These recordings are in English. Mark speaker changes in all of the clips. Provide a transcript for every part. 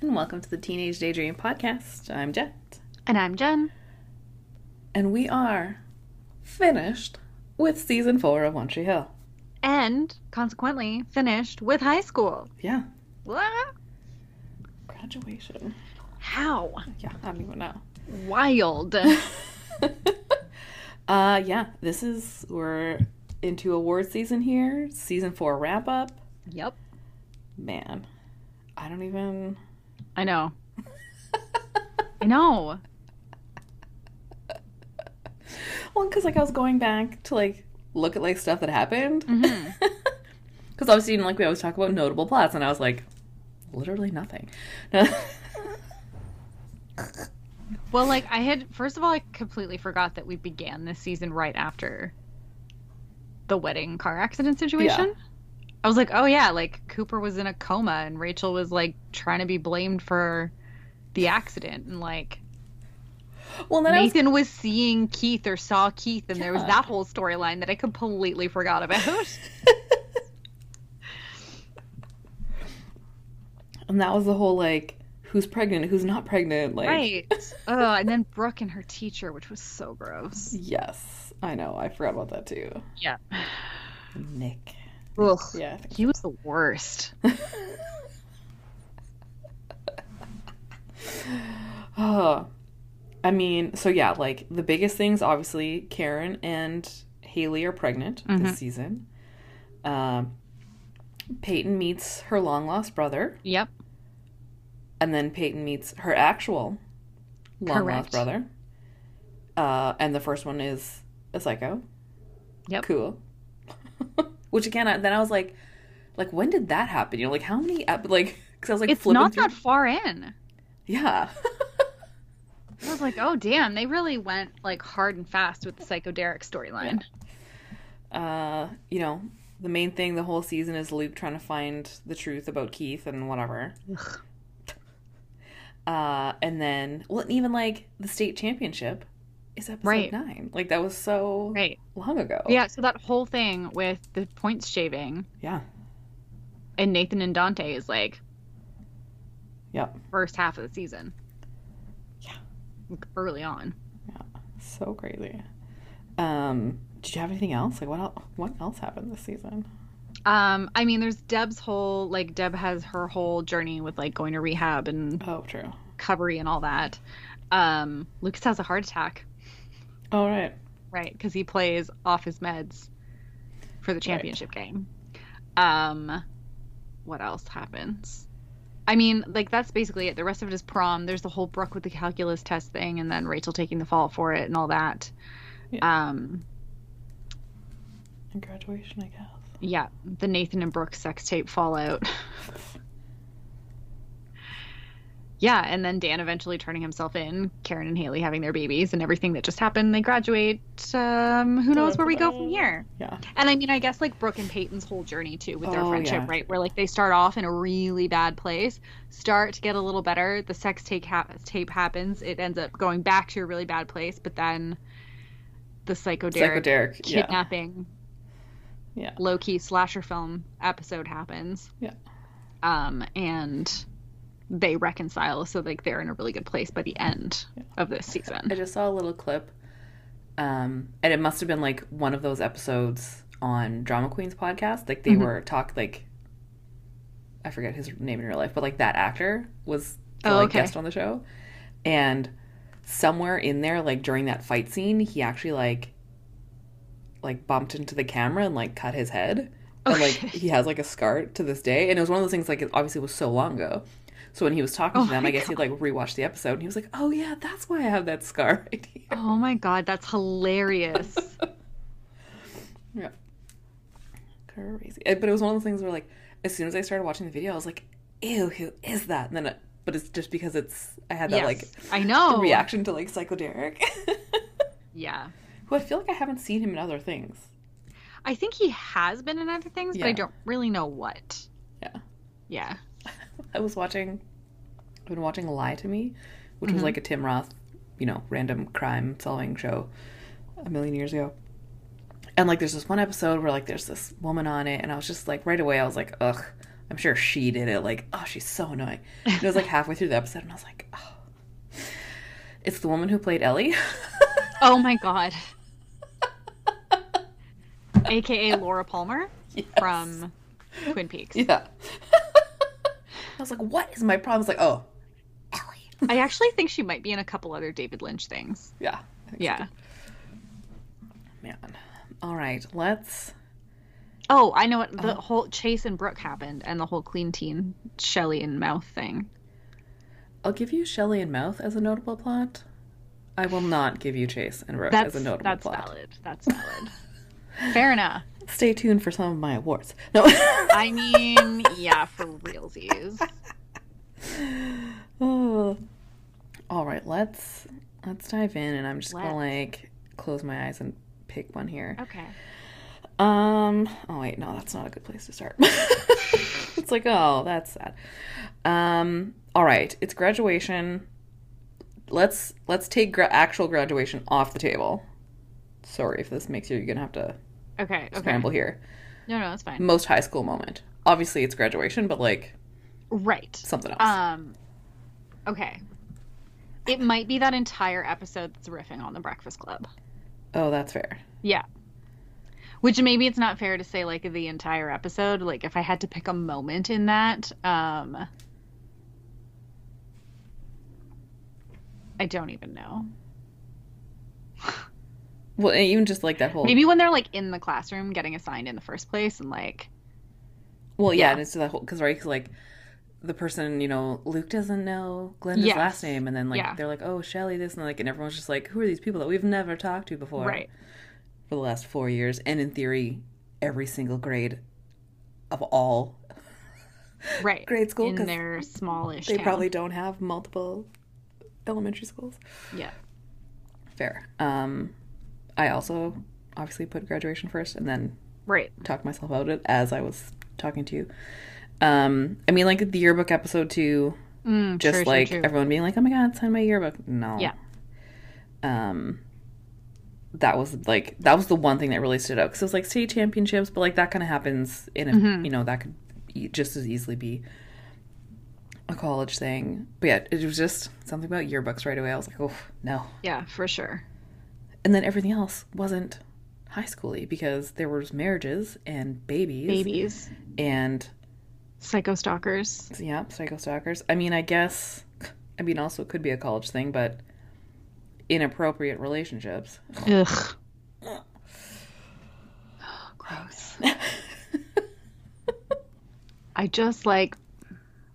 Speaker 1: and welcome to the Teenage Daydream Podcast. I'm Jet,
Speaker 2: And I'm Jen.
Speaker 1: and we are finished with season four of One Tree Hill.
Speaker 2: And consequently, finished with high school.
Speaker 1: Yeah,
Speaker 2: What?
Speaker 1: graduation.
Speaker 2: How?
Speaker 1: Yeah, I don't even know.
Speaker 2: Wild.
Speaker 1: uh, yeah, this is we're into award season here. Season four wrap up.
Speaker 2: yep.
Speaker 1: Man, I don't even.
Speaker 2: I know. I know.
Speaker 1: Well, because like I was going back to like look at like stuff that happened.
Speaker 2: hmm
Speaker 1: Because obviously, you know, like we always talk about notable plots, and I was like, literally nothing. No.
Speaker 2: Well, like, I had, first of all, I completely forgot that we began this season right after the wedding car accident situation. I was like, oh, yeah, like, Cooper was in a coma and Rachel was, like, trying to be blamed for the accident. And, like,
Speaker 1: well, then I was
Speaker 2: Nathan was seeing Keith or saw Keith, and there was
Speaker 1: Yeah.
Speaker 2: that whole storyline that I completely forgot about.
Speaker 1: and that was the whole like who's pregnant, who's not pregnant, like
Speaker 2: right. Oh, and then Brooke and her teacher, which was so gross.
Speaker 1: yes, I know, I forgot about that too.
Speaker 2: Yeah.
Speaker 1: Nick,
Speaker 2: Ugh.
Speaker 1: yeah, I think-
Speaker 2: He was the worst.
Speaker 1: oh, I mean, so yeah, like the biggest things obviously Karen and Haley are pregnant
Speaker 2: Mhm.
Speaker 1: this season. Um, Peyton meets her long lost brother.
Speaker 2: Yep.
Speaker 1: and then Peyton meets her actual long lost
Speaker 2: Correct.
Speaker 1: brother. Uh, and the first one is a psycho.
Speaker 2: Yep.
Speaker 1: Cool. Which again, I, then I was like, like when did that happen? You know, like how many ep- like because I was like
Speaker 2: It's
Speaker 1: flipping
Speaker 2: not
Speaker 1: through.
Speaker 2: that far in.
Speaker 1: Yeah.
Speaker 2: I was like, oh, damn, they really went, like, hard and fast with the Psycho Derek storyline.
Speaker 1: Uh, you know, the main thing the whole season is Luke trying to find the truth about Keith and whatever.
Speaker 2: Ugh.
Speaker 1: Uh, and then well, and even like the state championship is episode
Speaker 2: Right.
Speaker 1: nine. Like that was so
Speaker 2: Right.
Speaker 1: long ago.
Speaker 2: Yeah, so that whole thing with the points shaving
Speaker 1: Yeah.
Speaker 2: and Nathan and Dante is, like,
Speaker 1: Yep.
Speaker 2: first half of the season.
Speaker 1: Yeah.
Speaker 2: Like, early on.
Speaker 1: So crazy. Um, did you have anything else? Like what else, what else happened this season?
Speaker 2: Um, I mean, there's Deb's whole like Deb has her whole journey with like going to rehab and
Speaker 1: Oh, true.
Speaker 2: recovery and all that. Um, Lucas has a heart attack,
Speaker 1: All right.
Speaker 2: right? Because he plays off his meds for the championship game. Um, what else happens? I mean, like that's basically it. The rest of it is prom. There's the whole Brooke with the calculus test thing, and then Rachel taking the fall for it and all that. Um,
Speaker 1: And graduation, I guess.
Speaker 2: yeah, the Nathan and Brooke sex tape fallout. yeah, and then Dan eventually turning himself in, Karen and Haley having their babies, and everything that just happened. They graduate. Um, who knows where we go from here?
Speaker 1: Yeah.
Speaker 2: And I mean, I guess like Brooke and Peyton's whole journey too with their
Speaker 1: Oh,
Speaker 2: friendship,
Speaker 1: yeah.
Speaker 2: right? Where like they start off in a really bad place, start to get a little better. The sex tape, ha- tape happens. It ends up going back to a really bad place, but then the psycho
Speaker 1: Psycho
Speaker 2: Derek
Speaker 1: Derek. Yeah.
Speaker 2: kidnapping
Speaker 1: Yeah.
Speaker 2: low key slasher film episode happens.
Speaker 1: Yeah.
Speaker 2: Um and they reconcile so like they're in a really good place by the end of this
Speaker 1: I
Speaker 2: season.
Speaker 1: just saw a little clip. Um, and it must have been like one of those episodes on Drama Queen's podcast. Like they
Speaker 2: Mhm.
Speaker 1: were talk like I forget his name in real life, but like that actor was the
Speaker 2: Oh,
Speaker 1: like
Speaker 2: okay.
Speaker 1: guest on the show. And somewhere in there, like during that fight scene, he actually like like bumped into the camera and like cut his head. And like
Speaker 2: Okay.
Speaker 1: he has like a scar to this day. And it was one of those things like it obviously was so long ago. So when he was talking
Speaker 2: Oh
Speaker 1: to them,
Speaker 2: my
Speaker 1: I guess he'd like rewatched the episode and he was like, Oh yeah, that's why I have that scar right here.
Speaker 2: Oh my god, that's hilarious.
Speaker 1: Yeah. Crazy. Uh, But it was one of those things where, like, as soon as I started watching the video, I was like, ew, who is that? And then, it, but it's just because it's, I had that,
Speaker 2: yes. Oh.
Speaker 1: like,
Speaker 2: I know.
Speaker 1: reaction to, like, psychoderic.
Speaker 2: Yeah.
Speaker 1: Who I feel like I haven't seen him in other things.
Speaker 2: I think he has been in other things, but I
Speaker 1: Yeah.
Speaker 2: don't really know what.
Speaker 1: Yeah.
Speaker 2: Yeah.
Speaker 1: I was watching, I've been watching Lie to Me, which was,
Speaker 2: Mhm.
Speaker 1: like, a Tim Roth, you know, random crime solving show a million years ago. And, like, there's this one episode where, like, there's this woman on it, and I was just, like, right away, I was like, ugh, I'm sure she did it. Like, oh, she's so annoying. And it was like halfway through the episode, and I was like, oh. it's the woman who played Ellie.
Speaker 2: Oh my god. AKA Laura Palmer
Speaker 1: Yes.
Speaker 2: from Twin Peaks.
Speaker 1: yeah. I was like, what is my problem? It's like, oh, Ellie.
Speaker 2: I actually think she might be in a couple other David Lynch things.
Speaker 1: Yeah. I think so
Speaker 2: Yeah.
Speaker 1: too. Man. All right, let's.
Speaker 2: Oh, I know what
Speaker 1: Uh-huh.
Speaker 2: the whole Chase and Brooke happened and the whole clean teen Shelly and mouth thing.
Speaker 1: I'll give you Shelley and Mouth as a notable plot. I will not give you Chase and Brooke
Speaker 2: That's
Speaker 1: as a notable
Speaker 2: that's
Speaker 1: plot.
Speaker 2: valid. That's valid. Fair enough.
Speaker 1: Stay tuned for some of my awards. No.
Speaker 2: I mean, yeah, for realsies.
Speaker 1: Oh. All right, let's let's dive in, and I'm just gonna
Speaker 2: Let's.
Speaker 1: like close my eyes and pick one here.
Speaker 2: Okay.
Speaker 1: Um. Oh wait, no, that's not a good place to start. it's like, oh, that's sad. Um. All right, it's graduation. Let's let's take gra- actual graduation off the table. Sorry if this makes you you're gonna have to
Speaker 2: Okay. Okay.
Speaker 1: scramble here.
Speaker 2: No, no, that's fine.
Speaker 1: Most high school moment. Obviously, it's graduation, but like
Speaker 2: Right.
Speaker 1: something else.
Speaker 2: Um Okay. It might be that entire episode that's riffing on the Breakfast Club.
Speaker 1: oh, that's fair.
Speaker 2: Yeah. Which maybe it's not fair to say like the entire episode. Like if I had to pick a moment in that, um I don't even know.
Speaker 1: Well, and even just like that whole
Speaker 2: Maybe when they're like in the classroom getting assigned in the first place and like
Speaker 1: Well, yeah, and it's that whole because right, 'cause, like the person you know, Luke doesn't know Glenda's
Speaker 2: Yes.
Speaker 1: last name, and then like
Speaker 2: Yeah.
Speaker 1: they're like, oh, Shelly, this and like, and everyone's just like, who are these people that we've never talked to before
Speaker 2: right.
Speaker 1: for the last four years, and in theory, every single grade of all
Speaker 2: Right.
Speaker 1: grade school
Speaker 2: In
Speaker 1: because
Speaker 2: their smallish
Speaker 1: they
Speaker 2: town.
Speaker 1: probably don't have multiple elementary schools.
Speaker 2: Yeah.
Speaker 1: Fair. Um, I also obviously put graduation first, and then
Speaker 2: Right.
Speaker 1: talk myself out of it as I was talking to you. Um, I mean, like the yearbook episode too.
Speaker 2: Mm,
Speaker 1: just
Speaker 2: true, true,
Speaker 1: like
Speaker 2: true.
Speaker 1: everyone being like, "Oh my god, sign my yearbook." No.
Speaker 2: Yeah.
Speaker 1: Um. That was like that was the one thing that really stood out because it was like state championships, but like that kind of happens in a
Speaker 2: Mm-hmm.
Speaker 1: you know that could e- just as easily be a college thing. But yeah, it was just something about yearbooks right away. I was like, oh no.
Speaker 2: Yeah, for sure.
Speaker 1: And then everything else wasn't high schooly because there was marriages and babies
Speaker 2: Babies.
Speaker 1: and
Speaker 2: Psycho stalkers.
Speaker 1: Yeah, psycho stalkers. I mean, I guess. I mean, also it could be a college thing, but inappropriate relationships.
Speaker 2: Ugh. Gross. I just like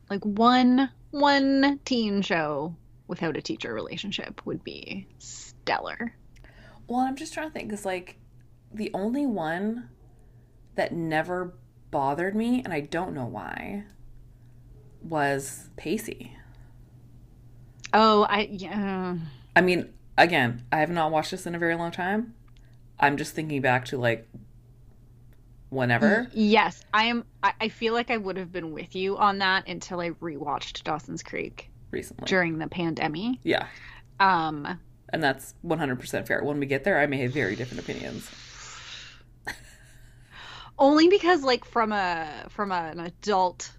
Speaker 2: like one one teen show without a teacher relationship would be stellar.
Speaker 1: Well, I'm just trying to think because like the only one that never bothered me, and I don't know why, was Pacey.
Speaker 2: Oh, I yeah.
Speaker 1: I mean, again, I have not watched this in a very long time. I'm just thinking back to like whenever.
Speaker 2: Yes, I am I, I feel like I would have been with you on that until I rewatched Dawson's Creek
Speaker 1: recently.
Speaker 2: during the pandemic.
Speaker 1: Yeah.
Speaker 2: Um
Speaker 1: And that's 100% fair. When we get there, I may have very different opinions.
Speaker 2: only because like from a from an adult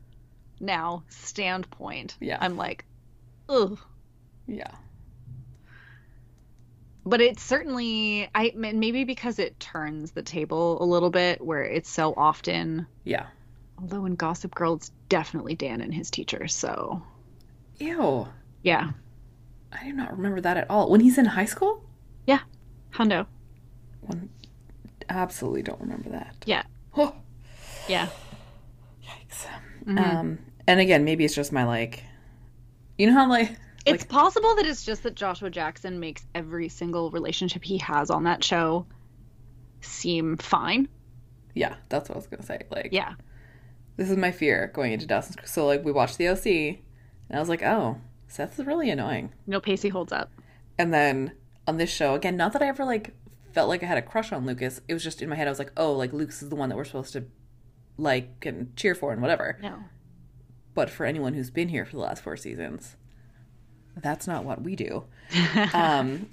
Speaker 2: now standpoint,
Speaker 1: Yeah.
Speaker 2: I'm like, ugh.
Speaker 1: Yeah.
Speaker 2: but it certainly i and maybe because it turns the table a little bit where it's so often
Speaker 1: Yeah.
Speaker 2: although in gossip girl it's definitely dan and his teacher so
Speaker 1: Ew.
Speaker 2: yeah
Speaker 1: I do not remember that at all. When he's in high school?
Speaker 2: yeah hundo
Speaker 1: One, absolutely don't remember that.
Speaker 2: yeah
Speaker 1: Oh,
Speaker 2: yeah
Speaker 1: yikes. Um, and again, maybe it's just my like, you know how like,
Speaker 2: it's possible that it's just that joshua jackson makes every single relationship he has on that show seem fine
Speaker 1: yeah, that's what I was gonna say. Like,
Speaker 2: yeah
Speaker 1: this is my fear going into Dawson's Creek. So like, we watched the OC, and I was like, oh, Seth's really annoying.
Speaker 2: no pacey holds up
Speaker 1: And then on this show, again, not that I ever like felt like I had a crush on Lucas. It was just in my head. I was like, oh, like Lucas is the one that we're supposed to like and cheer for and whatever.
Speaker 2: no
Speaker 1: but for anyone who's been here for the last four seasons, that's not what we do. Um,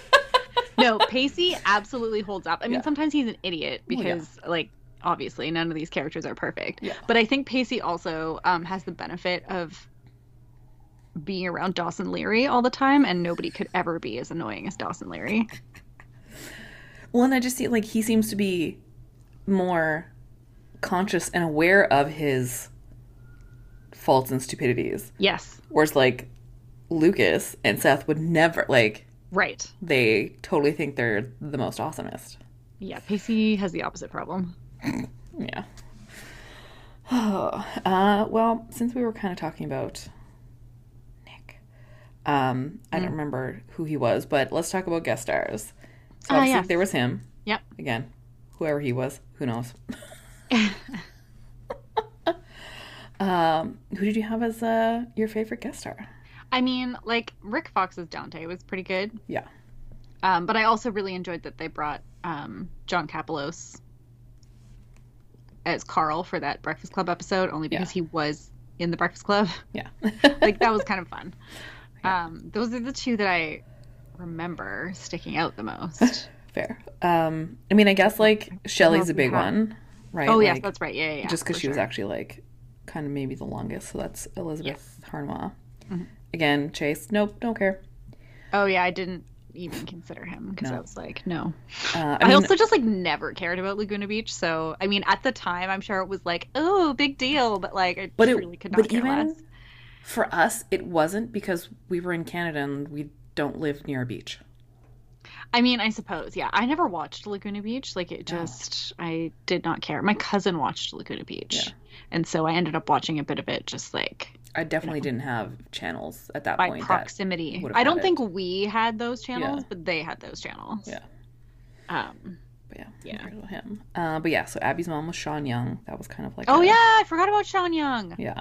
Speaker 2: no pacey absolutely holds up i mean
Speaker 1: Yeah. Oh,
Speaker 2: sometimes he's an idiot
Speaker 1: yeah.
Speaker 2: because like obviously none of these characters are perfect.
Speaker 1: Yeah.
Speaker 2: But I think Pacey also um, has the benefit of being around Dawson Leary all the time, and nobody could ever be as annoying as Dawson Leary.
Speaker 1: Well, and I just see like he seems to be more conscious and aware of his faults and stupidities.
Speaker 2: Yes,
Speaker 1: Whereas like Lucas and Seth would never like
Speaker 2: right.
Speaker 1: they totally think they're the most awesomest.
Speaker 2: Yeah, Pacey has the opposite problem.
Speaker 1: Yeah. Oh, uh, well, since we were kind of talking about Nick, um, I
Speaker 2: Mm.
Speaker 1: don't remember who he was, but let's talk about guest stars. So
Speaker 2: Ah,
Speaker 1: obviously
Speaker 2: yes.
Speaker 1: there was him.
Speaker 2: Yep.
Speaker 1: Again, whoever he was, who knows? um, who did you have as uh, your favorite guest star?
Speaker 2: I mean, like Rick Fox's Dante was pretty good.
Speaker 1: Yeah.
Speaker 2: Um, but I also really enjoyed that they brought um, John Capelos as Carl for that Breakfast Club episode, only because he was in the Breakfast Club.
Speaker 1: Yeah.
Speaker 2: like that was kind of fun. Um, those are the two that I remember sticking out the most.
Speaker 1: Fair. Um, I mean, I guess like Shelley's a
Speaker 2: if we
Speaker 1: big
Speaker 2: have-
Speaker 1: one, right?
Speaker 2: oh yes,
Speaker 1: Like,
Speaker 2: that's right. Yeah, yeah. yeah
Speaker 1: just because
Speaker 2: for
Speaker 1: she was
Speaker 2: sure.
Speaker 1: actually like kind of maybe the longest. So that's Elizabeth Harnois.
Speaker 2: Mm-hmm.
Speaker 1: Again, Chase, nope, don't care.
Speaker 2: Oh yeah, I didn't even consider him because I was like, no.
Speaker 1: Uh, I,
Speaker 2: I,
Speaker 1: mean,
Speaker 2: also just like never cared about Laguna Beach, so I mean, at the time, I'm sure it was like, oh, big deal, but like, I
Speaker 1: but it,
Speaker 2: really could not
Speaker 1: but
Speaker 2: care
Speaker 1: even
Speaker 2: less.
Speaker 1: for us, it wasn't because we were in Canada and we don't live near a beach.
Speaker 2: I mean, I suppose, yeah. I never watched Laguna Beach. Like, it just, I did not care. My cousin watched Laguna Beach, and so I ended up watching a bit of it, just like
Speaker 1: I definitely didn't have channels at that
Speaker 2: by
Speaker 1: point. that-
Speaker 2: proximity.
Speaker 1: would've
Speaker 2: I
Speaker 1: had
Speaker 2: don't
Speaker 1: it.
Speaker 2: think we had those channels, but they had those channels.
Speaker 1: Yeah.
Speaker 2: Um.
Speaker 1: but yeah,
Speaker 2: Yeah.
Speaker 1: yeah. him. Uh, but yeah, so Abby's mom was Sean Young. That was kind of like
Speaker 2: Oh
Speaker 1: a-
Speaker 2: yeah, I forgot about Sean Young.
Speaker 1: Yeah.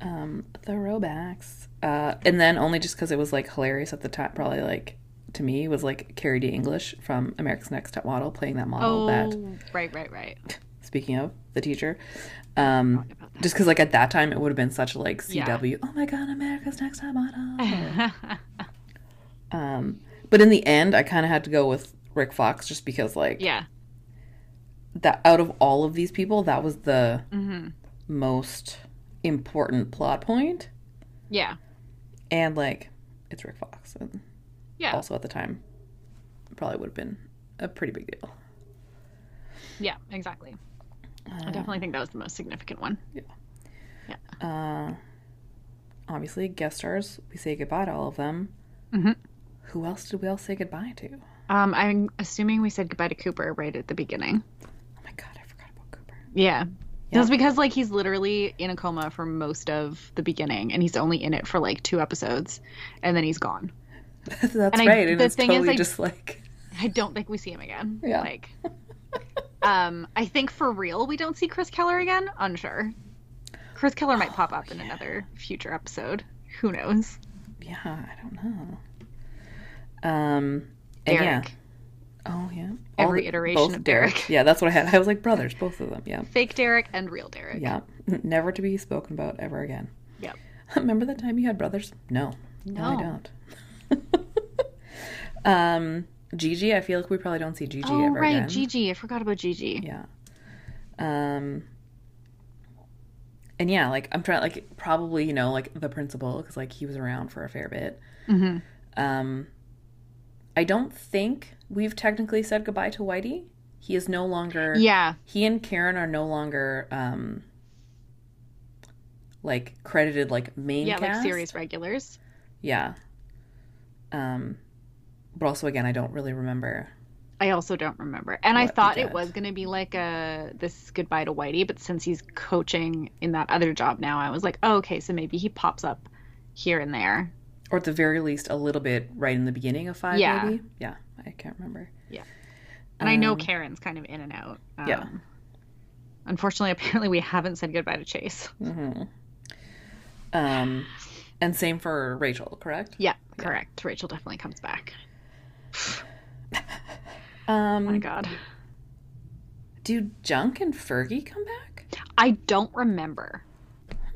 Speaker 1: Um, throwbacks. Uh, and then only just because it was like hilarious at the time, probably like to me was like Carrie D English from America's Next Top Model playing that model
Speaker 2: Oh,
Speaker 1: that
Speaker 2: right, right, right.
Speaker 1: speaking of the teacher. Um,
Speaker 2: about
Speaker 1: just because like at that time it would have been such like CW. Oh my God, America's Next Top
Speaker 2: Uh-huh.
Speaker 1: Model. um, but in the end, I kind of had to go with Rick Fox just because like
Speaker 2: yeah.
Speaker 1: that out of all of these people, that was the
Speaker 2: hmm
Speaker 1: most important plot point.
Speaker 2: Yeah.
Speaker 1: and like it's Rick Fox, and
Speaker 2: Yeah.
Speaker 1: also at the time, probably would have been a pretty big deal.
Speaker 2: Yeah. Exactly. I definitely think that was the most significant one.
Speaker 1: Uh, obviously, guest stars, we say goodbye to all of them.
Speaker 2: Mhm.
Speaker 1: Who else did we all say goodbye to? Oh
Speaker 2: Um, I'm assuming we said goodbye to Cooper right at the beginning.
Speaker 1: my god, I forgot about Cooper.
Speaker 2: Yeah. That's because like he's literally in a coma for most of the beginning, and he's only in it for like two episodes, and then he's gone.
Speaker 1: That's
Speaker 2: I-
Speaker 1: right, and
Speaker 2: the
Speaker 1: it's
Speaker 2: thing is,
Speaker 1: totally
Speaker 2: I-
Speaker 1: just like
Speaker 2: I don't think we see him again.
Speaker 1: Yeah.
Speaker 2: Like, um, I think for real we don't see Chris Keller again. Unsure. Chris Keller might pop up in
Speaker 1: Oh,
Speaker 2: another future episode. Who knows?
Speaker 1: yeah, I don't know. Um, and
Speaker 2: Derek.
Speaker 1: yeah, oh yeah,
Speaker 2: Every iteration
Speaker 1: both
Speaker 2: of Derek.
Speaker 1: Yeah, that's what I had. I was like brothers, both of them. Yeah,
Speaker 2: Fake Derek and real Derek.
Speaker 1: yeah, never to be spoken about ever again.
Speaker 2: Yep.
Speaker 1: Remember that time you had brothers? No. No, I
Speaker 2: No.
Speaker 1: don't. um, Gigi, I feel like we probably don't see Gigi
Speaker 2: Oh
Speaker 1: ever
Speaker 2: right,
Speaker 1: again.
Speaker 2: Gigi. I forgot about Gigi.
Speaker 1: Yeah. Um. And yeah, like I'm trying, like probably you know, like the principal because like he was around for a fair bit.
Speaker 2: Mhm.
Speaker 1: Um, I don't think we've technically said goodbye to Whitey. He is no longer.
Speaker 2: Yeah.
Speaker 1: He and Karen are no longer um. Like credited like main
Speaker 2: Yeah, like
Speaker 1: cast.
Speaker 2: series regulars.
Speaker 1: Yeah. Um, but also again, I don't really remember.
Speaker 2: I also don't remember. And I
Speaker 1: What
Speaker 2: thought
Speaker 1: we
Speaker 2: it
Speaker 1: did.
Speaker 2: was going to be like a this is goodbye to Whitey, but since he's coaching in that other job now, I was like, oh, okay, so maybe he pops up here and there.
Speaker 1: Or at the very least, a little bit right in the beginning of five,
Speaker 2: Yeah.
Speaker 1: maybe. Yeah, I can't remember.
Speaker 2: And I know
Speaker 1: Um,
Speaker 2: Karen's kind of in and out. Um,
Speaker 1: yeah.
Speaker 2: Unfortunately, apparently we haven't said goodbye to Chase.
Speaker 1: hmm Um, and same for Rachel, correct?
Speaker 2: Yeah, correct. Rachel definitely comes back.
Speaker 1: Um,
Speaker 2: Oh my god.
Speaker 1: do Junk and Fergie come back?
Speaker 2: I don't remember.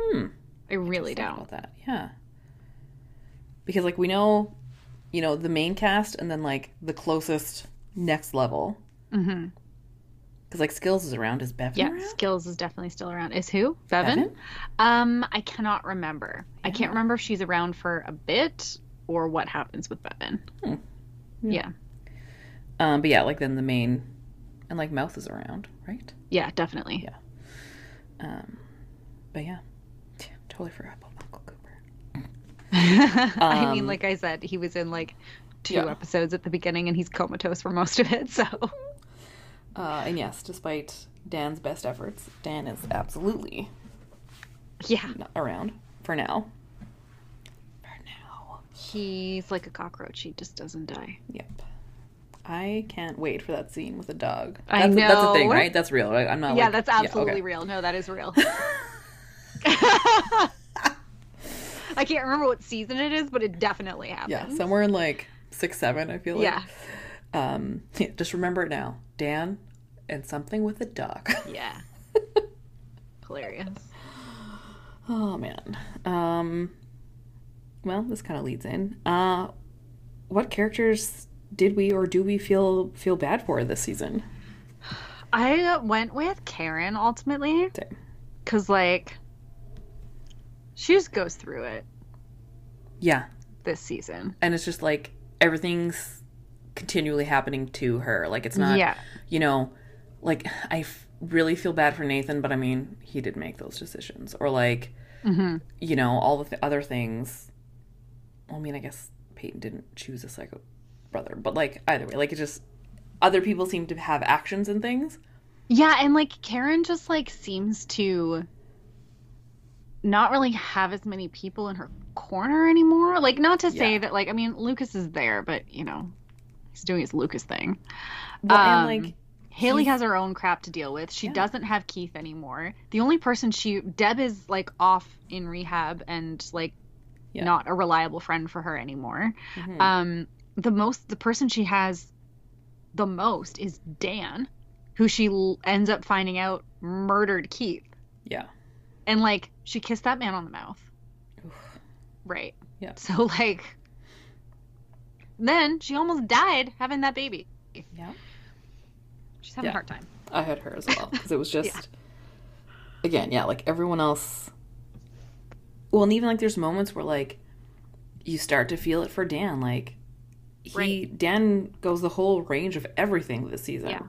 Speaker 1: Hmm.
Speaker 2: I really
Speaker 1: Think
Speaker 2: don't.
Speaker 1: about that. Yeah. Because like we know, you know, the main cast and then like the closest next level.
Speaker 2: Mhm.
Speaker 1: Because like Skills is around. Is Bevan
Speaker 2: Yeah,
Speaker 1: around?
Speaker 2: Skills is definitely still around. Is who? Bevan?
Speaker 1: Bevan?
Speaker 2: Um, I cannot remember. I can't remember if she's around for a bit or what happens with Bevan.
Speaker 1: Hmm.
Speaker 2: Yeah.
Speaker 1: Yeah.
Speaker 2: yeah.
Speaker 1: Um, but yeah, like then the main, and like Mouth is around, right?
Speaker 2: definitely.
Speaker 1: Yeah. Um, but yeah, Yeah, totally forgot about Uncle Cooper.
Speaker 2: I mean,
Speaker 1: Um,
Speaker 2: like I said, he was in like two
Speaker 1: yeah.
Speaker 2: episodes at the beginning and he's comatose for most of it, so
Speaker 1: Uh, and yes, despite Dan's best efforts, Dan is absolutely
Speaker 2: yeah.
Speaker 1: not around for now. For now.
Speaker 2: He's like a cockroach, he just doesn't die.
Speaker 1: Yep. I can't wait for that scene with the dog.
Speaker 2: I
Speaker 1: that's, That's the thing,
Speaker 2: know.
Speaker 1: right? That's real. Right? I'm not.
Speaker 2: yeah,
Speaker 1: like-
Speaker 2: that's
Speaker 1: okay.
Speaker 2: absolutely real. No, that is real. I can't remember what season it is, but it definitely happened.
Speaker 1: Yeah, somewhere in like six, seven. I feel like.
Speaker 2: Yeah.
Speaker 1: Um, yeah, just remember it now, Dan, and something with a dog.
Speaker 2: Yeah. Hilarious.
Speaker 1: Oh man. Um well, this kind of leads in. Uh what characters did we or do we feel feel bad for this season?
Speaker 2: I went with Karen ultimately
Speaker 1: Same.
Speaker 2: because, like, she just goes through it
Speaker 1: Yeah.
Speaker 2: this season.
Speaker 1: And it's just like everything's continually happening to her. Like it's not
Speaker 2: Yeah.
Speaker 1: you know, like I f- really feel bad for Nathan, but I mean, he did make those decisions or like
Speaker 2: hmm
Speaker 1: you know, all the th- other things. I mean, I guess Peyton didn't choose a psycho brother, but like either way, like it just other people seem to have actions and things.
Speaker 2: Yeah, and like Karen just like seems to not really have as many people in her corner anymore. Like, not to say
Speaker 1: Yeah.
Speaker 2: that like I mean Lucas is there, but you know he's doing his Lucas thing.
Speaker 1: Well,
Speaker 2: Um,
Speaker 1: and like
Speaker 2: Haley
Speaker 1: He's-
Speaker 2: has her own crap to deal with. She
Speaker 1: Yeah.
Speaker 2: doesn't have Keith anymore. The only person she Deb is like off in rehab and like
Speaker 1: Yeah.
Speaker 2: not a reliable friend for her anymore.
Speaker 1: mhm.
Speaker 2: Um the most the person she has the most is Dan, who she l- ends up finding out murdered Keith.
Speaker 1: yeah,
Speaker 2: And like she kissed that man on the mouth.
Speaker 1: Oof.
Speaker 2: Right.
Speaker 1: Yeah.
Speaker 2: So like then she almost died having that baby.
Speaker 1: yeah.
Speaker 2: She's having
Speaker 1: Yeah.
Speaker 2: a hard time.
Speaker 1: I had her as well because it was just again, yeah, like everyone else. Well, and even like there's moments where like you start to feel it for Dan, like he
Speaker 2: Right.
Speaker 1: Dan goes the whole range of everything this season,
Speaker 2: Yeah.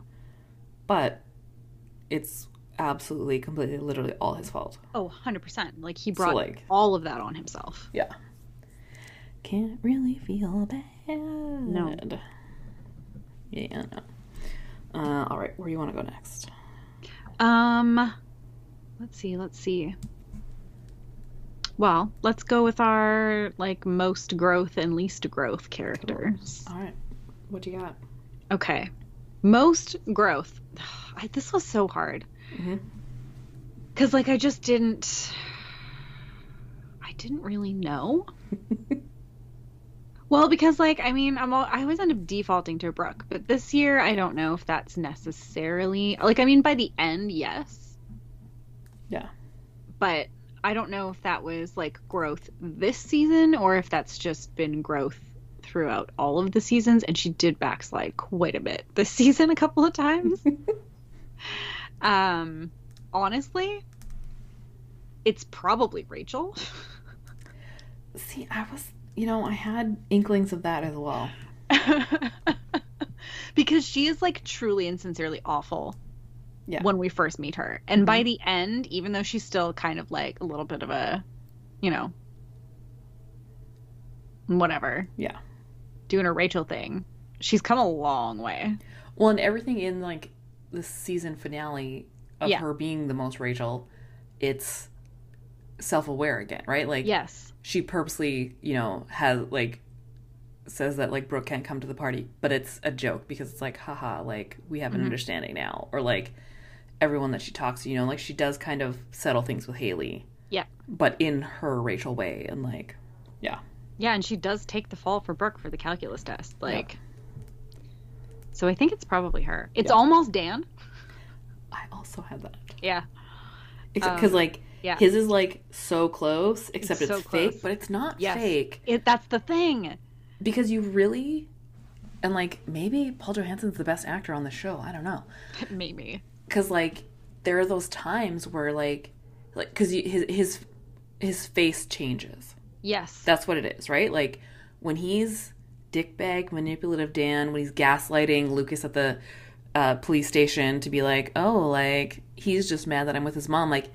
Speaker 1: but it's absolutely, completely, literally all his fault.
Speaker 2: Oh, 100%. Like he brought
Speaker 1: like-
Speaker 2: all of that on himself.
Speaker 1: Yeah, can't really feel bad. No. Yeah. No. Uh, all right, where do you want to go next?
Speaker 2: Um let's see, let's see. Well, let's go with our like most growth and least growth characters.
Speaker 1: All right, what do you got?
Speaker 2: Okay. Most growth. I, this was so hard.
Speaker 1: Mhm.
Speaker 2: Cuz like I just didn't I didn't really know. well, because like I mean, I'm all, I always end up defaulting to Brooke, but this year I don't know if that's necessarily like I mean by the end, yes,
Speaker 1: Yeah.
Speaker 2: but I don't know if that was like growth this season or if that's just been growth throughout all of the seasons and she did backslide quite a bit this season a couple of times um honestly it's probably rachel
Speaker 1: See, I was, you know, I had inklings of that as well.
Speaker 2: because she is like truly and sincerely awful
Speaker 1: Yeah.
Speaker 2: when we first meet her and by the end even though she's still kind of like a little bit of a you know whatever
Speaker 1: Yeah.
Speaker 2: doing her rachel thing she's come a long way
Speaker 1: Well, and everything in like the season finale of
Speaker 2: Yeah.
Speaker 1: her being the most Rachel, it's self-aware again, right? Like
Speaker 2: yes
Speaker 1: she purposely, you know, has like says that like Brooke can't come to the party, but it's a joke because it's like, haha, like we have an understanding now, or like everyone that she talks to, you know, like she does kind of settle things with Haley,
Speaker 2: yeah
Speaker 1: but in her Rachel way, and like, yeah,
Speaker 2: yeah and she does take the fall for brooke for the calculus test like so i think it's probably her it's
Speaker 1: Yeah.
Speaker 2: almost dan
Speaker 1: I also had that.
Speaker 2: yeah
Speaker 1: because like
Speaker 2: Um, yeah.
Speaker 1: his is like so close except
Speaker 2: It's
Speaker 1: it's,
Speaker 2: so
Speaker 1: fake
Speaker 2: close.
Speaker 1: but it's not
Speaker 2: Yes.
Speaker 1: fake
Speaker 2: it, that's the thing
Speaker 1: because you really And like maybe Paul Johansson's the best actor on the show. I don't know.
Speaker 2: Maybe.
Speaker 1: Cuz like there are those times where like like cuz his his his face changes.
Speaker 2: Yes.
Speaker 1: That's what it is, right? Like when he's dickbag manipulative Dan, when he's gaslighting Lucas at the uh, police station to be like, "Oh, like he's just mad that I'm with his mom." Like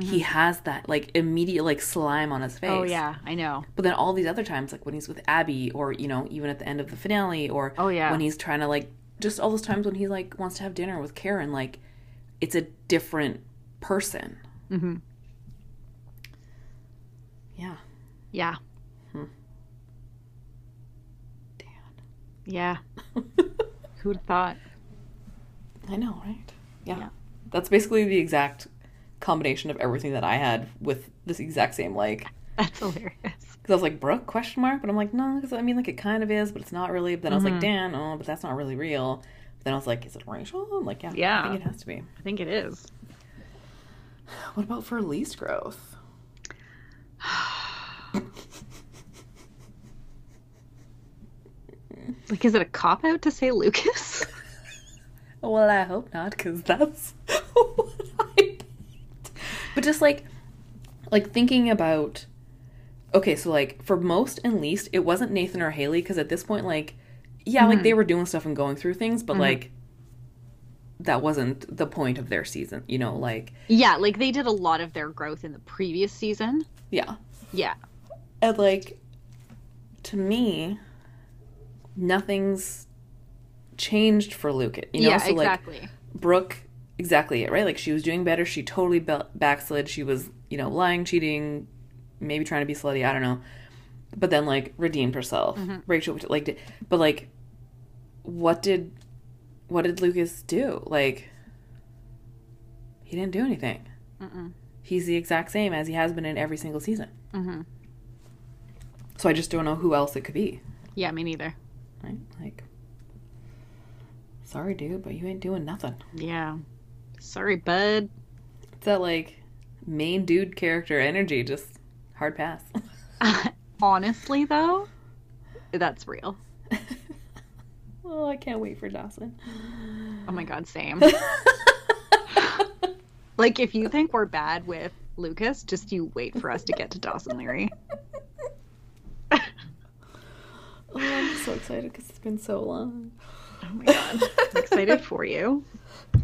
Speaker 1: he has that like immediate like slime on his face.
Speaker 2: Mm-hmm. Oh yeah, I know.
Speaker 1: But then all these other times, like when he's with Abby, or you know, even at the end of the finale, or
Speaker 2: Oh, yeah.
Speaker 1: when he's trying to like, just all those times when he like wants to have dinner with Karen, like it's a different person.
Speaker 2: hmm
Speaker 1: Yeah,
Speaker 2: Yeah.
Speaker 1: Hmm. Dan.
Speaker 2: Yeah. Who'd have thought?
Speaker 1: I know, right? Yeah.
Speaker 2: Yeah.
Speaker 1: that's basically the exact combination of everything that I had with this exact same like.
Speaker 2: That's hilarious.
Speaker 1: Because I was like Brooke question mark, but I'm like no, because I mean like it kind of is, but it's not really. But then I was like Dan, oh, but that's not really real. But then I was like, is it racial? I'm like, yeah,
Speaker 2: Yeah.
Speaker 1: I think it has to be.
Speaker 2: I think it is.
Speaker 1: What about for least growth?
Speaker 2: Like, is it a cop out to say Lucas?
Speaker 1: Well, I hope not, because that's what I picked. But just like, like thinking about, okay, so like for most and least, it wasn't Nathan or Haley, because at this point, like, yeah, like they were doing stuff and going through things, but like, that wasn't the point of their season, you know? Like,
Speaker 2: yeah, like they did a lot of their growth in the previous season.
Speaker 1: yeah,
Speaker 2: Yeah.
Speaker 1: and like, to me, nothing's changed for Lucas, you know?
Speaker 2: yeah,
Speaker 1: so like.
Speaker 2: exactly.
Speaker 1: Brooke, exactly it, right? Like she was doing better. She totally be- backslid. She was, you know, lying, cheating, maybe trying to be slutty. I don't know. But then, like, redeemed herself. Rachel, which, like, did, but like, what did, what did Lucas do? Like, he didn't do anything.
Speaker 2: Mm-mm.
Speaker 1: He's the exact same as he has been in every single season.
Speaker 2: Mhm.
Speaker 1: So I just don't know who else it could be,
Speaker 2: Yeah, me neither.
Speaker 1: right? Like, sorry, dude, but you ain't doing nothing.
Speaker 2: Yeah. Sorry, bud.
Speaker 1: It's that like main dude character energy, just hard pass.
Speaker 2: Honestly, though, that's real.
Speaker 1: oh, I can't wait for Dawson.
Speaker 2: Oh my god, same.
Speaker 1: Oh,
Speaker 2: like, if you think we're bad with Lucas, just you wait for us to get to Dawson Leary.
Speaker 1: Oh, I'm so excited because it's been so long.
Speaker 2: Oh my god. I'm excited for you.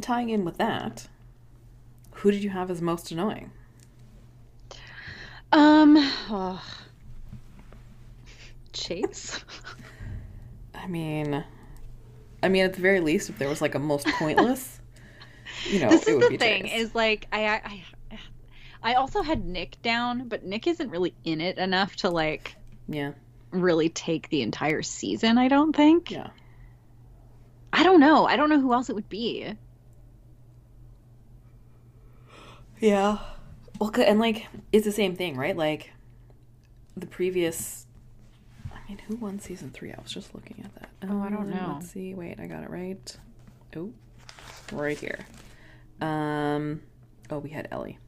Speaker 1: Tying in with that, who did you have as most annoying?
Speaker 2: Um, ugh. Chase?
Speaker 1: I mean, I mean at the very least, if there was like a most pointless, you know,
Speaker 2: this
Speaker 1: it
Speaker 2: is
Speaker 1: would
Speaker 2: the
Speaker 1: be
Speaker 2: thing
Speaker 1: Jace.
Speaker 2: is like I, I I I also had Nick down, but Nick isn't really in it enough to like
Speaker 1: yeah,
Speaker 2: really take the entire season. I don't think.
Speaker 1: yeah.
Speaker 2: I don't know. I don't know who else it would be.
Speaker 1: Yeah. Well, 'cause- and like it's the same thing, right? Like the previous. I mean, who won season three? I was just looking at that. Oh,
Speaker 2: I don't know.
Speaker 1: Let's see. Wait, I got it right. Oh, right here. Um. Oh, we had Ellie.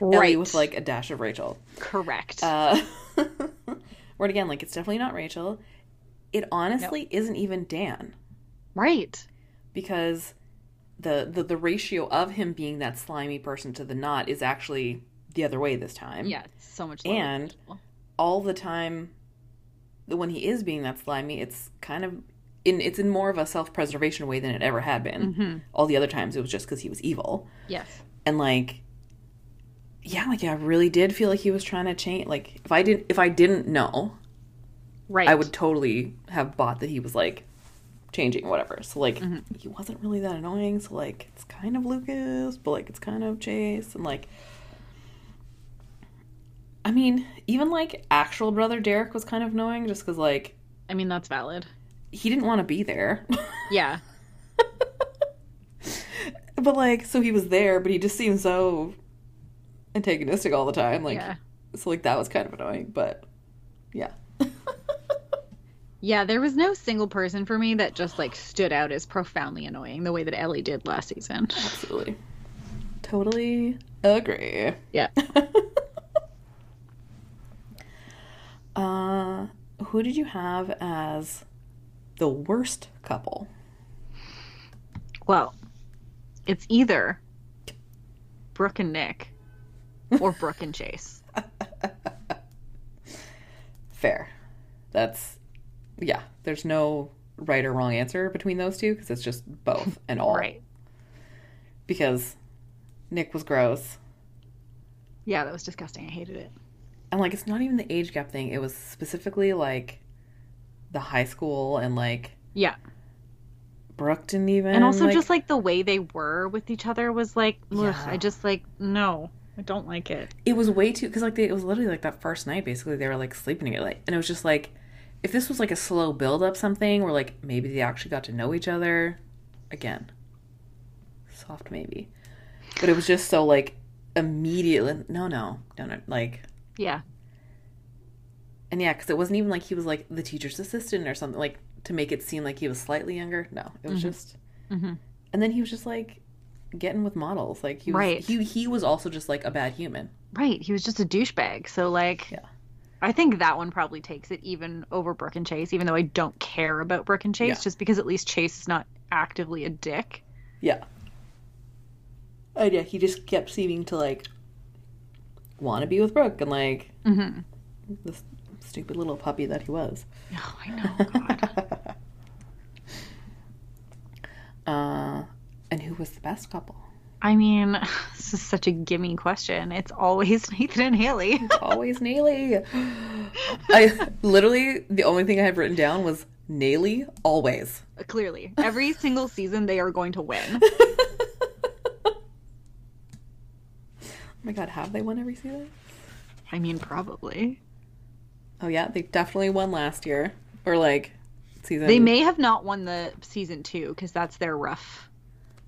Speaker 1: Ellie with E like a dash of Rachel.
Speaker 2: correct.
Speaker 1: Uh. Word again, like it's definitely not Rachel. It honestly isn't even Dan
Speaker 2: right.
Speaker 1: because the, the the ratio of him being that slimy person to the not is actually the other way this time.
Speaker 2: Yeah. it's So much. lower
Speaker 1: and-
Speaker 2: level.
Speaker 1: all the time that when he is being that slimy it's kind of in it's in more of a self-preservation way than it ever had been all the other times it was just because he was evil
Speaker 2: yes.
Speaker 1: and like yeah like i really did feel like he was trying to change like if i didn't if i didn't know
Speaker 2: Right.
Speaker 1: i would totally have bought that he was like changing or whatever so like
Speaker 2: Mm-hmm.
Speaker 1: he wasn't really that annoying so like it's kind of lucas but like it's kind of chase and like i mean even like actual brother derek was kind of annoying just because like
Speaker 2: I mean, that's valid.
Speaker 1: he didn't want to be there
Speaker 2: Yeah.
Speaker 1: but like so he was there but he just seemed so antagonistic all the time like
Speaker 2: yeah.
Speaker 1: so like that was kind of annoying but yeah
Speaker 2: Yeah. There was no single person for me that just like stood out as profoundly annoying the way that Ellie did last season.
Speaker 1: absolutely totally agree
Speaker 2: Yeah.
Speaker 1: Uh, Who did you have as the worst couple?
Speaker 2: Well, it's either Brooke and Nick or Brooke and Chase.
Speaker 1: Fair. That's yeah. There's no right or wrong answer between those two because it's just both and all.
Speaker 2: Right.
Speaker 1: Because Nick was gross.
Speaker 2: Yeah, that was disgusting. I hated it.
Speaker 1: And like it's not even the age gap thing. It was specifically like the high school and like
Speaker 2: Yeah.
Speaker 1: Brooke didn't even
Speaker 2: And also just like the way they were with each other was like, ugh,
Speaker 1: Yeah.
Speaker 2: I just like no, I don't like it.
Speaker 1: it was way too because like they, it was literally like that first night basically they were like sleeping together like and it was just like if this was like a slow build up something where like maybe they actually got to know each other again soft maybe but it was just so like immediately no no no no like
Speaker 2: Yeah.
Speaker 1: and yeah because it wasn't even like he was like the teacher's assistant or something like to make it seem like he was slightly younger no it was
Speaker 2: Mhm.
Speaker 1: just
Speaker 2: hmm
Speaker 1: and then he was just like getting with models like he was
Speaker 2: Right.
Speaker 1: he, he was also just like a bad human
Speaker 2: Right. He was just a douchebag. So like
Speaker 1: Yeah.
Speaker 2: I think that one probably takes it even over Brooke and Chase, even though I don't care about Brooke and Chase,
Speaker 1: Yeah.
Speaker 2: just because at least Chase is not actively a dick.
Speaker 1: Yeah. Oh yeah, he just kept seeming to like want to be with Brooke and like
Speaker 2: Mm-hmm.
Speaker 1: this stupid little puppy that he was.
Speaker 2: Oh, I know. God.
Speaker 1: uh, and who was the best couple?
Speaker 2: I mean, this is such a gimme question. It's always Nathan and Haley.
Speaker 1: Always Naley. I literally the only thing I had written down was Naley always.
Speaker 2: Clearly, every single season they are going to win.
Speaker 1: oh my god, have they won every season?
Speaker 2: I mean, probably.
Speaker 1: Oh yeah, they definitely won last year or like season.
Speaker 2: They may have not won the season two because that's their rough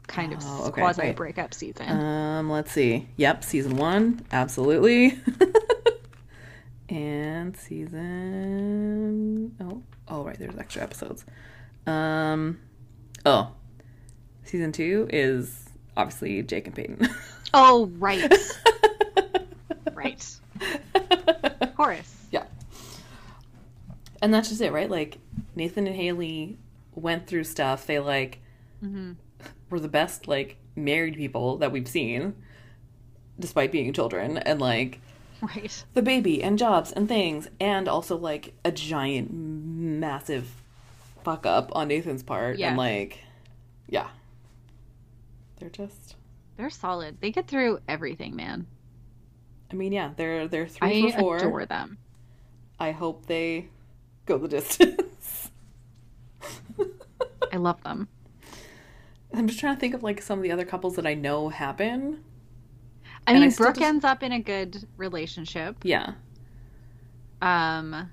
Speaker 2: kind of
Speaker 1: Oh, okay,
Speaker 2: quasi
Speaker 1: right.
Speaker 2: breakup season.
Speaker 1: Um, let's see. Yep, season one, absolutely. and season oh, oh right, there's extra episodes. Um, oh, season two is obviously Jake and Peyton.
Speaker 2: oh, right. right. Horace.
Speaker 1: yeah, and that's just it, right? Like Nathan and Haley went through stuff. They like
Speaker 2: hmm
Speaker 1: were the best like married people that we've seen, despite being children, and like
Speaker 2: Right.
Speaker 1: the baby and jobs and things and also like a giant massive fuck up on Nathan's part
Speaker 2: Yeah.
Speaker 1: and like yeah they're just
Speaker 2: They're solid. They get through everything, man.
Speaker 1: I mean yeah they're they're three
Speaker 2: I
Speaker 1: for four
Speaker 2: adore them.
Speaker 1: I hope they go the distance
Speaker 2: I love them.
Speaker 1: I'm just trying to think of like some of the other couples that I know happen
Speaker 2: I
Speaker 1: And I
Speaker 2: mean,
Speaker 1: still
Speaker 2: Brooke
Speaker 1: just-
Speaker 2: ends up in a good relationship.
Speaker 1: yeah
Speaker 2: Um,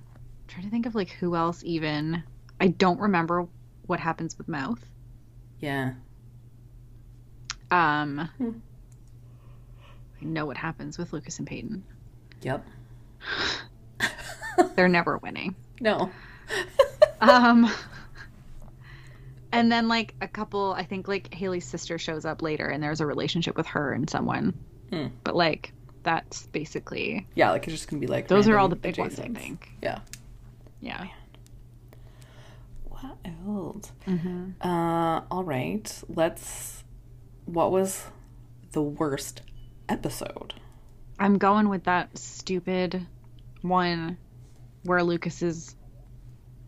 Speaker 2: trying to think of like who else even. I don't remember what happens with Mouth.
Speaker 1: yeah
Speaker 2: Um,
Speaker 1: Hmm.
Speaker 2: I know what happens with Lucas and Peyton.
Speaker 1: yep
Speaker 2: They're never winning.
Speaker 1: no
Speaker 2: Um, and then like a couple, I think like Haley's sister shows up later, and there's a relationship with her and someone.
Speaker 1: Hmm.
Speaker 2: But like that's basically
Speaker 1: yeah like it's just gonna be like
Speaker 2: those are
Speaker 1: random
Speaker 2: all the big ones. I
Speaker 1: adjacents.
Speaker 2: think.
Speaker 1: yeah
Speaker 2: Yeah.
Speaker 1: what else
Speaker 2: hmm
Speaker 1: Uh, all right. Let's. What was the worst episode?
Speaker 2: I'm going with that stupid one where Lucas is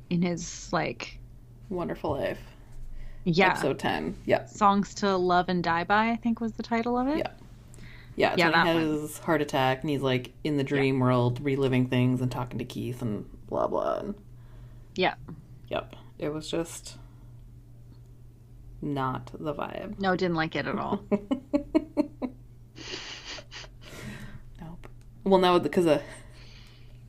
Speaker 2: in his like
Speaker 1: Wonderful Life.
Speaker 2: yeah
Speaker 1: Episode 10. Yep.
Speaker 2: songs to love and die by. I think was the title of it.
Speaker 1: Yeah. Yeah. It's
Speaker 2: Yeah,
Speaker 1: when he
Speaker 2: that
Speaker 1: had his heart attack and he's like in the dream world reliving things and talking to Keith and blah, blah. And,
Speaker 2: Yeah.
Speaker 1: yep. It was just not the vibe.
Speaker 2: No, didn't like it at all.
Speaker 1: Nope. Well, no, because uh,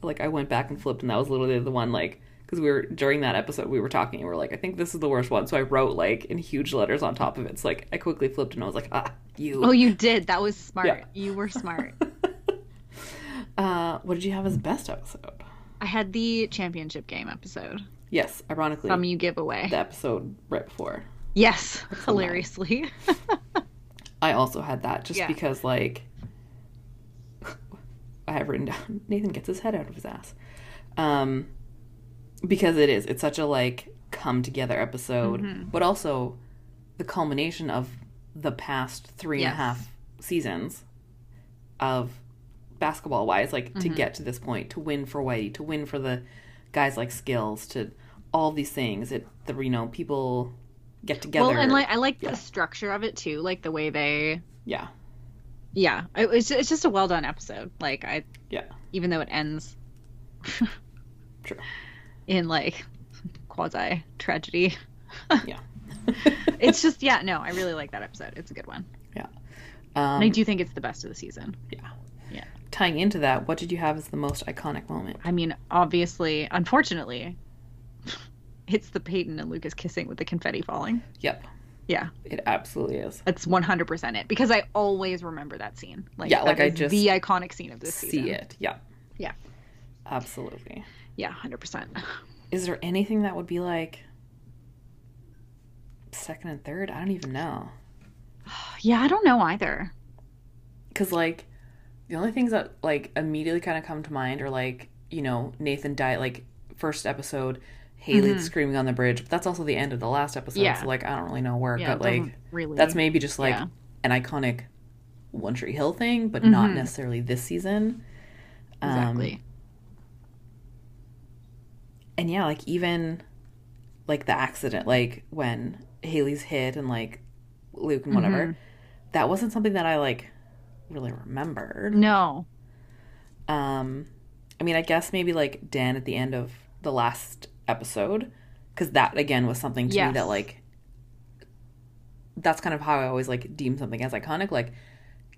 Speaker 1: like I went back and flipped, and that was literally the one like because we were during that episode we were talking, and we were like, I think this is the worst one, so I wrote like in huge letters on top of it. So like I quickly flipped, and I was like, ah, you.
Speaker 2: oh, you did. That was smart.
Speaker 1: Yeah.
Speaker 2: You were smart.
Speaker 1: uh, what did you have as best episode?
Speaker 2: I had the championship game episode.
Speaker 1: Yes, ironically,
Speaker 2: Some you give away.
Speaker 1: the episode right before.
Speaker 2: yes,
Speaker 1: a lie.
Speaker 2: hilariously.
Speaker 1: I also had that just
Speaker 2: Yeah.
Speaker 1: because like I have written down Nathan gets his head out of his ass. Um because it is it's such a like come together episode
Speaker 2: Mm-hmm.
Speaker 1: but also the culmination of the past three and a
Speaker 2: Yes.
Speaker 1: half seasons of basketball wise like
Speaker 2: Mm-hmm.
Speaker 1: to get to this point to win for whitey to win for the guys like skills to all these things it the you know people get together
Speaker 2: Well, and like I like
Speaker 1: Yeah.
Speaker 2: the structure of it too, like the way they.
Speaker 1: yeah
Speaker 2: Yeah, it, it's it's just a well done episode. Like I,
Speaker 1: yeah
Speaker 2: even though it ends
Speaker 1: true
Speaker 2: in like quasi tragedy,
Speaker 1: yeah
Speaker 2: it's just yeah. No, I really like that episode. It's a good one,
Speaker 1: yeah
Speaker 2: and I
Speaker 1: um,
Speaker 2: do think it's the best of the season.
Speaker 1: yeah
Speaker 2: Yeah.
Speaker 1: tying into that what did you have as the most iconic moment
Speaker 2: I mean, obviously, unfortunately, it's the Peyton and Lucas kissing with the confetti falling.
Speaker 1: yep
Speaker 2: Yeah,
Speaker 1: it absolutely is
Speaker 2: that's 100% it because I always remember that scene. Like,
Speaker 1: Yeah,
Speaker 2: that
Speaker 1: like, I
Speaker 2: is
Speaker 1: just
Speaker 2: the iconic scene of this
Speaker 1: see
Speaker 2: season.
Speaker 1: it yeah
Speaker 2: Yeah.
Speaker 1: absolutely
Speaker 2: Yeah, 100%.
Speaker 1: is there anything that would be like second and third i don't even know
Speaker 2: Yeah, I don't know either.
Speaker 1: because like the only things that like immediately kind of come to mind are like you know nathan died like first episode haley screaming on the bridge but that's also the end of the last episode
Speaker 2: Mm-hmm. Yeah.
Speaker 1: so like i don't really know where
Speaker 2: Yeah,
Speaker 1: but
Speaker 2: it doesn't
Speaker 1: like
Speaker 2: really.
Speaker 1: that's maybe just like
Speaker 2: Yeah.
Speaker 1: an iconic one tree hill thing but not necessarily this season Um,
Speaker 2: Mm-hmm. exactly.
Speaker 1: and yeah, like even like the accident, like when Haley's hit and like Luke and whatever,
Speaker 2: Mm-hmm.
Speaker 1: that wasn't something that I like really remembered.
Speaker 2: no.
Speaker 1: Um, I mean, I guess maybe like Dan at the end of the last episode, because that again was something to me
Speaker 2: Yes.
Speaker 1: that like that's kind of how I always like deem something as iconic. Like,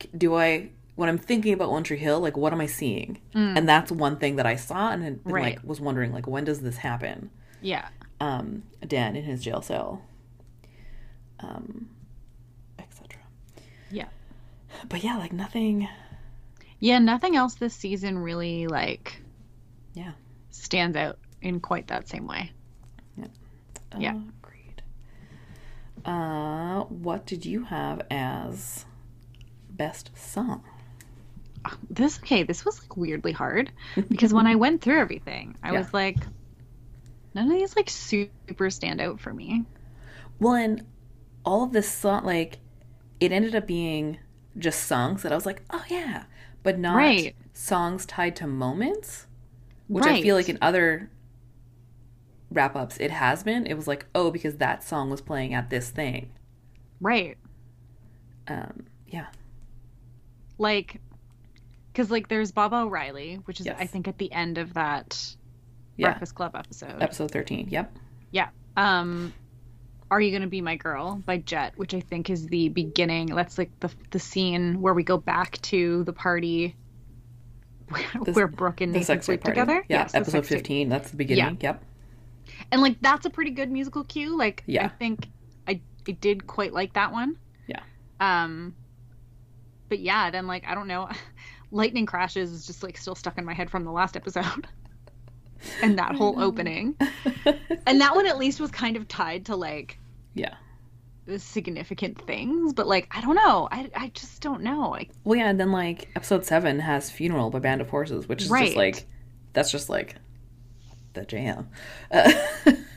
Speaker 1: c- do I when I'm thinking about One Tree Hill, like what am I seeing? And that's one thing that I saw and had been,
Speaker 2: Mm. Right.
Speaker 1: like was wondering like when does this happen?
Speaker 2: Yeah.
Speaker 1: um, Dan in his jail cell, um, etc.
Speaker 2: Yeah.
Speaker 1: But yeah, like nothing.
Speaker 2: Yeah, nothing else this season really like
Speaker 1: Yeah.
Speaker 2: stands out in quite that same way. Yeah.
Speaker 1: Agreed. Oh, Uh, what did you have as best song?
Speaker 2: This okay, this was like weirdly hard because when I went through everything, I
Speaker 1: Yeah.
Speaker 2: was like none of these like super stand out for me.
Speaker 1: Well, and all of this song, like, it ended up being just songs that I was like, oh yeah, but not
Speaker 2: Right.
Speaker 1: songs tied to moments, which I
Speaker 2: Right.
Speaker 1: feel like in other wrap ups it has been. It was like, oh, because that song was playing at this thing.
Speaker 2: Right.
Speaker 1: Um, yeah,
Speaker 2: Like cuz like there's Bob O'Reilly, which is
Speaker 1: Yes.
Speaker 2: I think at the end of that
Speaker 1: yeah.
Speaker 2: Breakfast Club episode.
Speaker 1: Episode thirteen. Yep.
Speaker 2: Yeah. Um Are You Gonna Be My Girl by Jet, which I think is the beginning. That's like the the scene where we go back to the party where, where Brooke and
Speaker 1: The
Speaker 2: Nathan
Speaker 1: sex
Speaker 2: sleep
Speaker 1: tape party.
Speaker 2: together.
Speaker 1: Yeah.
Speaker 2: the
Speaker 1: episode
Speaker 2: sex tape.
Speaker 1: fifteen. That's the beginning. Yep.
Speaker 2: And like that's a pretty good musical cue. Like
Speaker 1: Yeah.
Speaker 2: I think I I did quite like that one.
Speaker 1: Yeah.
Speaker 2: Um but yeah, then like I don't know lightning crashes is just like still stuck in my head from the last episode. and that whole opening. and that one at least was kind of tied to like
Speaker 1: Yeah.
Speaker 2: significant things, but like I don't know. I, I just don't know. Like
Speaker 1: Well, yeah, and then like episode seven has "Funeral" by Band of Horses, which is just
Speaker 2: Right.
Speaker 1: like that's just like the jam. Uh,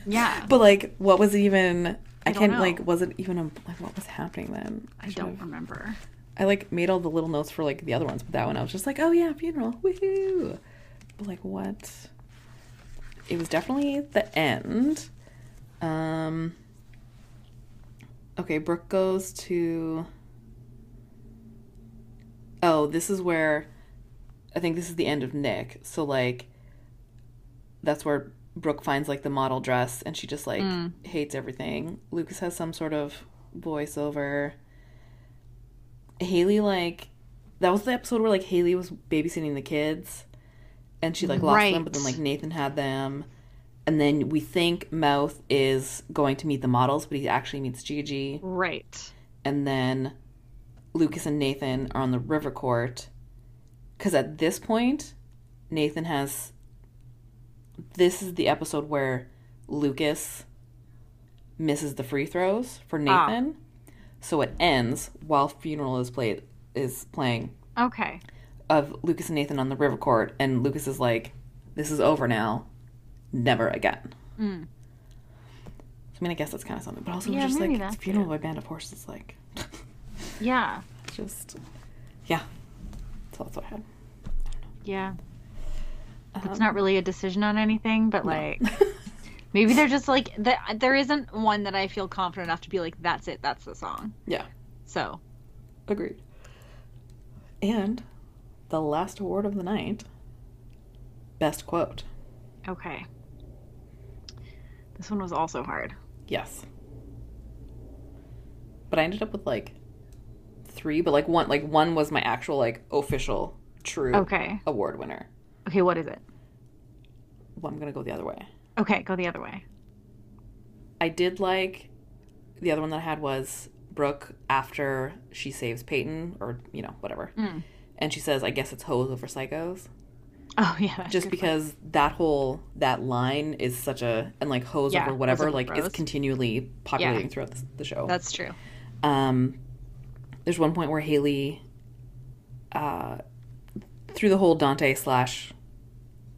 Speaker 2: yeah,
Speaker 1: but like, what was even? I,
Speaker 2: don't
Speaker 1: can't
Speaker 2: know.
Speaker 1: like. Was it even a, like what was happening then?
Speaker 2: I don't remember.
Speaker 1: I like made all the little notes for like the other ones, but that one I was just like, oh yeah, funeral, woohoo! But like, what? It was definitely the end. Um. Okay, Brooke goes to. Oh, this is where, I think this is the end of Nick. So like, that's where Brooke finds like the model dress, and she just like hates everything. Lucas has some sort of voiceover. Haley like that was the episode where like Haley was babysitting the kids and she like lost them but then
Speaker 2: Right.
Speaker 1: like Nathan had them and then we think Mouth is going to meet the models but he actually meets Gigi
Speaker 2: Right.
Speaker 1: and then Lucas and Nathan are on the river court cuz at this point Nathan has this is the episode where Lucas misses the free throws for
Speaker 2: Ah.
Speaker 1: Nathan so it ends while funeral is played is playing
Speaker 2: Okay.
Speaker 1: of Lucas and Nathan on the river court, and Lucas is like, "This is over now. never again.
Speaker 2: Mm.
Speaker 1: So I mean, I guess that's kind of something, but also
Speaker 2: Yeah,
Speaker 1: just
Speaker 2: maybe
Speaker 1: like
Speaker 2: that's
Speaker 1: it's
Speaker 2: it.
Speaker 1: funeral by band of horses, like
Speaker 2: Yeah.
Speaker 1: just yeah. So that's what I had.
Speaker 2: Yeah. It's
Speaker 1: Um,
Speaker 2: not really a decision on anything, but
Speaker 1: no.
Speaker 2: like maybe they're just like the, there isn't one that I feel confident enough to be like that's it, that's the song.
Speaker 1: yeah,
Speaker 2: So
Speaker 1: agreed. And the last award of the night, best quote.
Speaker 2: okay. This one was also hard.
Speaker 1: Yes. But I ended up with like three, but like one like one was my actual like official true
Speaker 2: Okay.
Speaker 1: award winner.
Speaker 2: Okay, what is it?
Speaker 1: Well, I'm gonna go the other way.
Speaker 2: Okay, go the other way.
Speaker 1: I did like the other one that I had was Brooke after she saves Peyton or you know whatever,
Speaker 2: Mm.
Speaker 1: and she says, "I guess it's hoes over psychos,"
Speaker 2: Oh yeah. that's
Speaker 1: just
Speaker 2: good.
Speaker 1: because that whole that line is such a and like hoes
Speaker 2: Yeah,
Speaker 1: over
Speaker 2: hoes
Speaker 1: whatever
Speaker 2: over
Speaker 1: like
Speaker 2: bros.
Speaker 1: it's continually populating throughout the, the show.
Speaker 2: that's true.
Speaker 1: Um, there's one point where Haley, uh, through the whole Dante slash,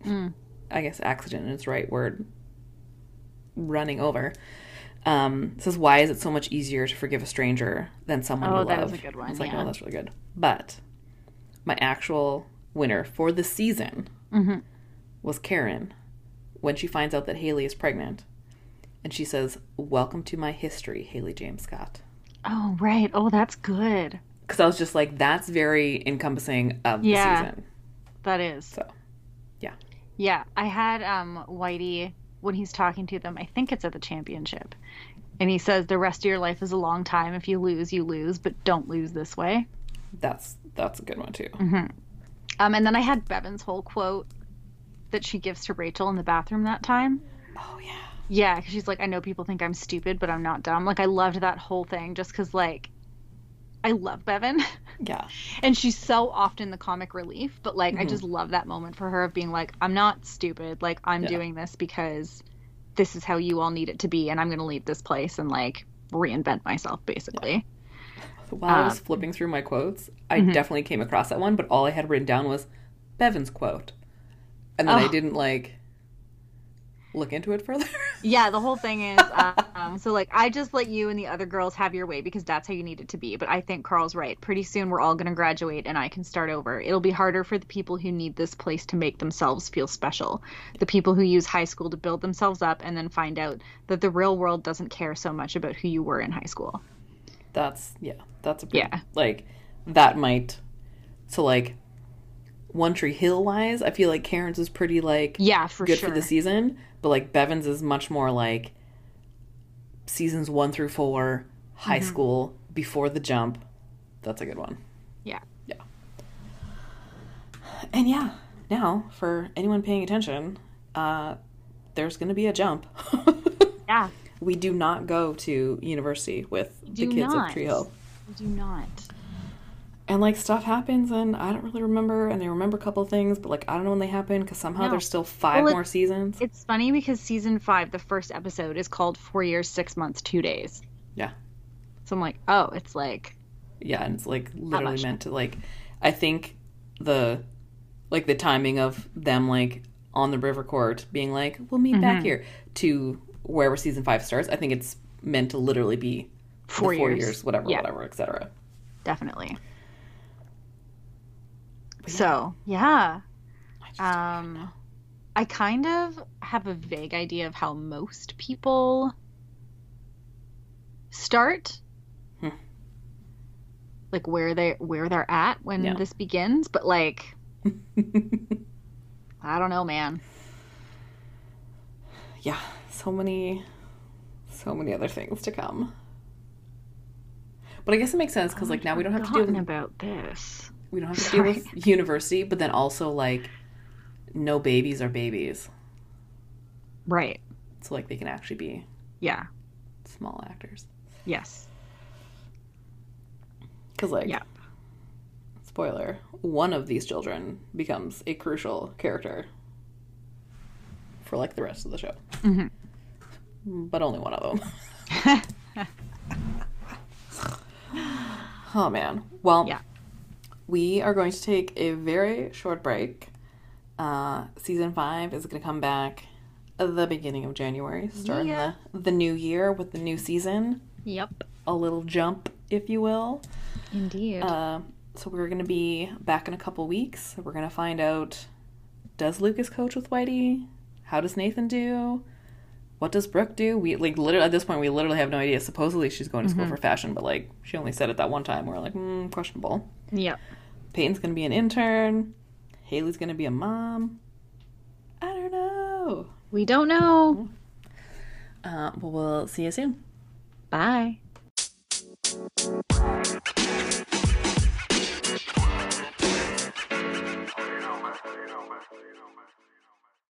Speaker 2: Mm.
Speaker 1: I guess accident is the right word, running over, um, says, "Why is it so much easier to forgive a stranger than someone
Speaker 2: Oh,
Speaker 1: you
Speaker 2: that
Speaker 1: love?"
Speaker 2: is a good one,
Speaker 1: It's like,
Speaker 2: yeah.
Speaker 1: oh, that's really good. But my actual winner for the season
Speaker 2: Mhm.
Speaker 1: was Karen when she finds out that Haley is pregnant, and she says, "Welcome to my history, Haley James Scott."
Speaker 2: Oh right. Oh, that's good.
Speaker 1: because I was just like, that's very encompassing of
Speaker 2: Yeah.
Speaker 1: the season.
Speaker 2: That is.
Speaker 1: So, yeah.
Speaker 2: Yeah, I had um Whitey when he's talking to them. I think it's at the championship. And he says the rest of your life is a long time. If you lose, you lose, but don't lose this way.
Speaker 1: That's that's a good one too.
Speaker 2: Mm-hmm. Um and then I had Bevan's whole quote that she gives to Rachel in the bathroom that time.
Speaker 1: Oh yeah,
Speaker 2: Yeah, because she's like, I know people think I'm stupid, but I'm not dumb. Like, I loved that whole thing just because, like, I love Bevan.
Speaker 1: yeah,
Speaker 2: and she's so often the comic relief but like i just love that moment for her of being like i'm not stupid like i'm
Speaker 1: Yeah.
Speaker 2: doing this because this is how you all need it to be and i'm going to leave this place and like reinvent myself basically
Speaker 1: While I
Speaker 2: Um,
Speaker 1: was flipping through my quotes, I
Speaker 2: mm-hmm.
Speaker 1: definitely came across that one, but all I had written down was Bevan's quote, and then I
Speaker 2: Oh.
Speaker 1: didn't like look into it further.
Speaker 2: yeah, the whole thing is um, so like i just let you and the other girls have your way because that's how you need it to be but i think carl's right pretty soon we're all going to graduate and i can start over it'll be harder for the people who need this place to make themselves feel special the people who use high school to build themselves up and then find out that the real world doesn't care so much about who you were in high school
Speaker 1: that's yeah, that's a pretty,
Speaker 2: Yeah.
Speaker 1: Like that might so like One Tree Hill wise, I feel like Karen's is pretty like
Speaker 2: yeah for
Speaker 1: good
Speaker 2: sure
Speaker 1: for the season, but like Bevins is much more like seasons one through four, high
Speaker 2: Mm-hmm.
Speaker 1: school, before the jump. That's a good one.
Speaker 2: yeah
Speaker 1: And yeah, now for anyone paying attention, uh, there's going to be a jump.
Speaker 2: yeah
Speaker 1: we do not go to university with
Speaker 2: Do
Speaker 1: the kids
Speaker 2: not.
Speaker 1: of Tree Hill.
Speaker 2: do not
Speaker 1: And like stuff happens, and I don't really remember, and they remember a couple things, but like I don't know when they happen because somehow
Speaker 2: No.
Speaker 1: there's still five
Speaker 2: Well, it-
Speaker 1: more seasons.
Speaker 2: it's funny because season five the first episode is called four years six months two days
Speaker 1: yeah.
Speaker 2: so i'm like oh it's like
Speaker 1: Yeah, and it's like literally
Speaker 2: much.
Speaker 1: meant to like I think the like the timing of them like on the river court being like, We'll meet
Speaker 2: Mm-hmm.
Speaker 1: back here to wherever season five starts, I think it's meant to literally be the
Speaker 2: Four years.
Speaker 1: whatever,
Speaker 2: Yeah.
Speaker 1: whatever, etc.
Speaker 2: definitely. So yeah, um, I kind of have a vague idea of how most people start,
Speaker 1: Hmm.
Speaker 2: like where they where they're at when
Speaker 1: Yeah.
Speaker 2: this begins. But like, I don't know, man.
Speaker 1: Yeah. So many so many other things to come. But I guess it makes sense because like now we don't have to deal
Speaker 2: Forgotten
Speaker 1: with
Speaker 2: about this.
Speaker 1: we don't have to deal with university, but then also like no babies are babies.
Speaker 2: Right.
Speaker 1: So like they can actually be
Speaker 2: Yeah.
Speaker 1: small actors.
Speaker 2: Yes.
Speaker 1: Because, like,
Speaker 2: Yep.
Speaker 1: spoiler, one of these children becomes a crucial character for, like, the rest of the show.
Speaker 2: Mhm. Mm-hmm.
Speaker 1: But only one of them. oh, man. Well,
Speaker 2: Yeah.
Speaker 1: we are going to take a very short break. Uh, season five is going to come back the beginning of January, starting
Speaker 2: Yeah.
Speaker 1: the, the new year with the new season,
Speaker 2: Yep.
Speaker 1: a little jump, if you will.
Speaker 2: Indeed.
Speaker 1: Uh, so we're going to be back in a couple weeks. We're going to find out does Lucas coach with Whitey? How does Nathan do? What does Brooke do? We like literally at this point we literally have no idea. Supposedly she's going to school for fashion, but like she only said it that one time. We're like, mm, questionable.
Speaker 2: yep.
Speaker 1: Peyton's gonna be an intern. Haley's gonna be a mom. I don't know.
Speaker 2: We
Speaker 1: Hmm.
Speaker 2: don't know.
Speaker 1: Uh, well, we'll see you soon.
Speaker 2: Bye.
Speaker 3: Oh, you know, man. You know, man. You know, man.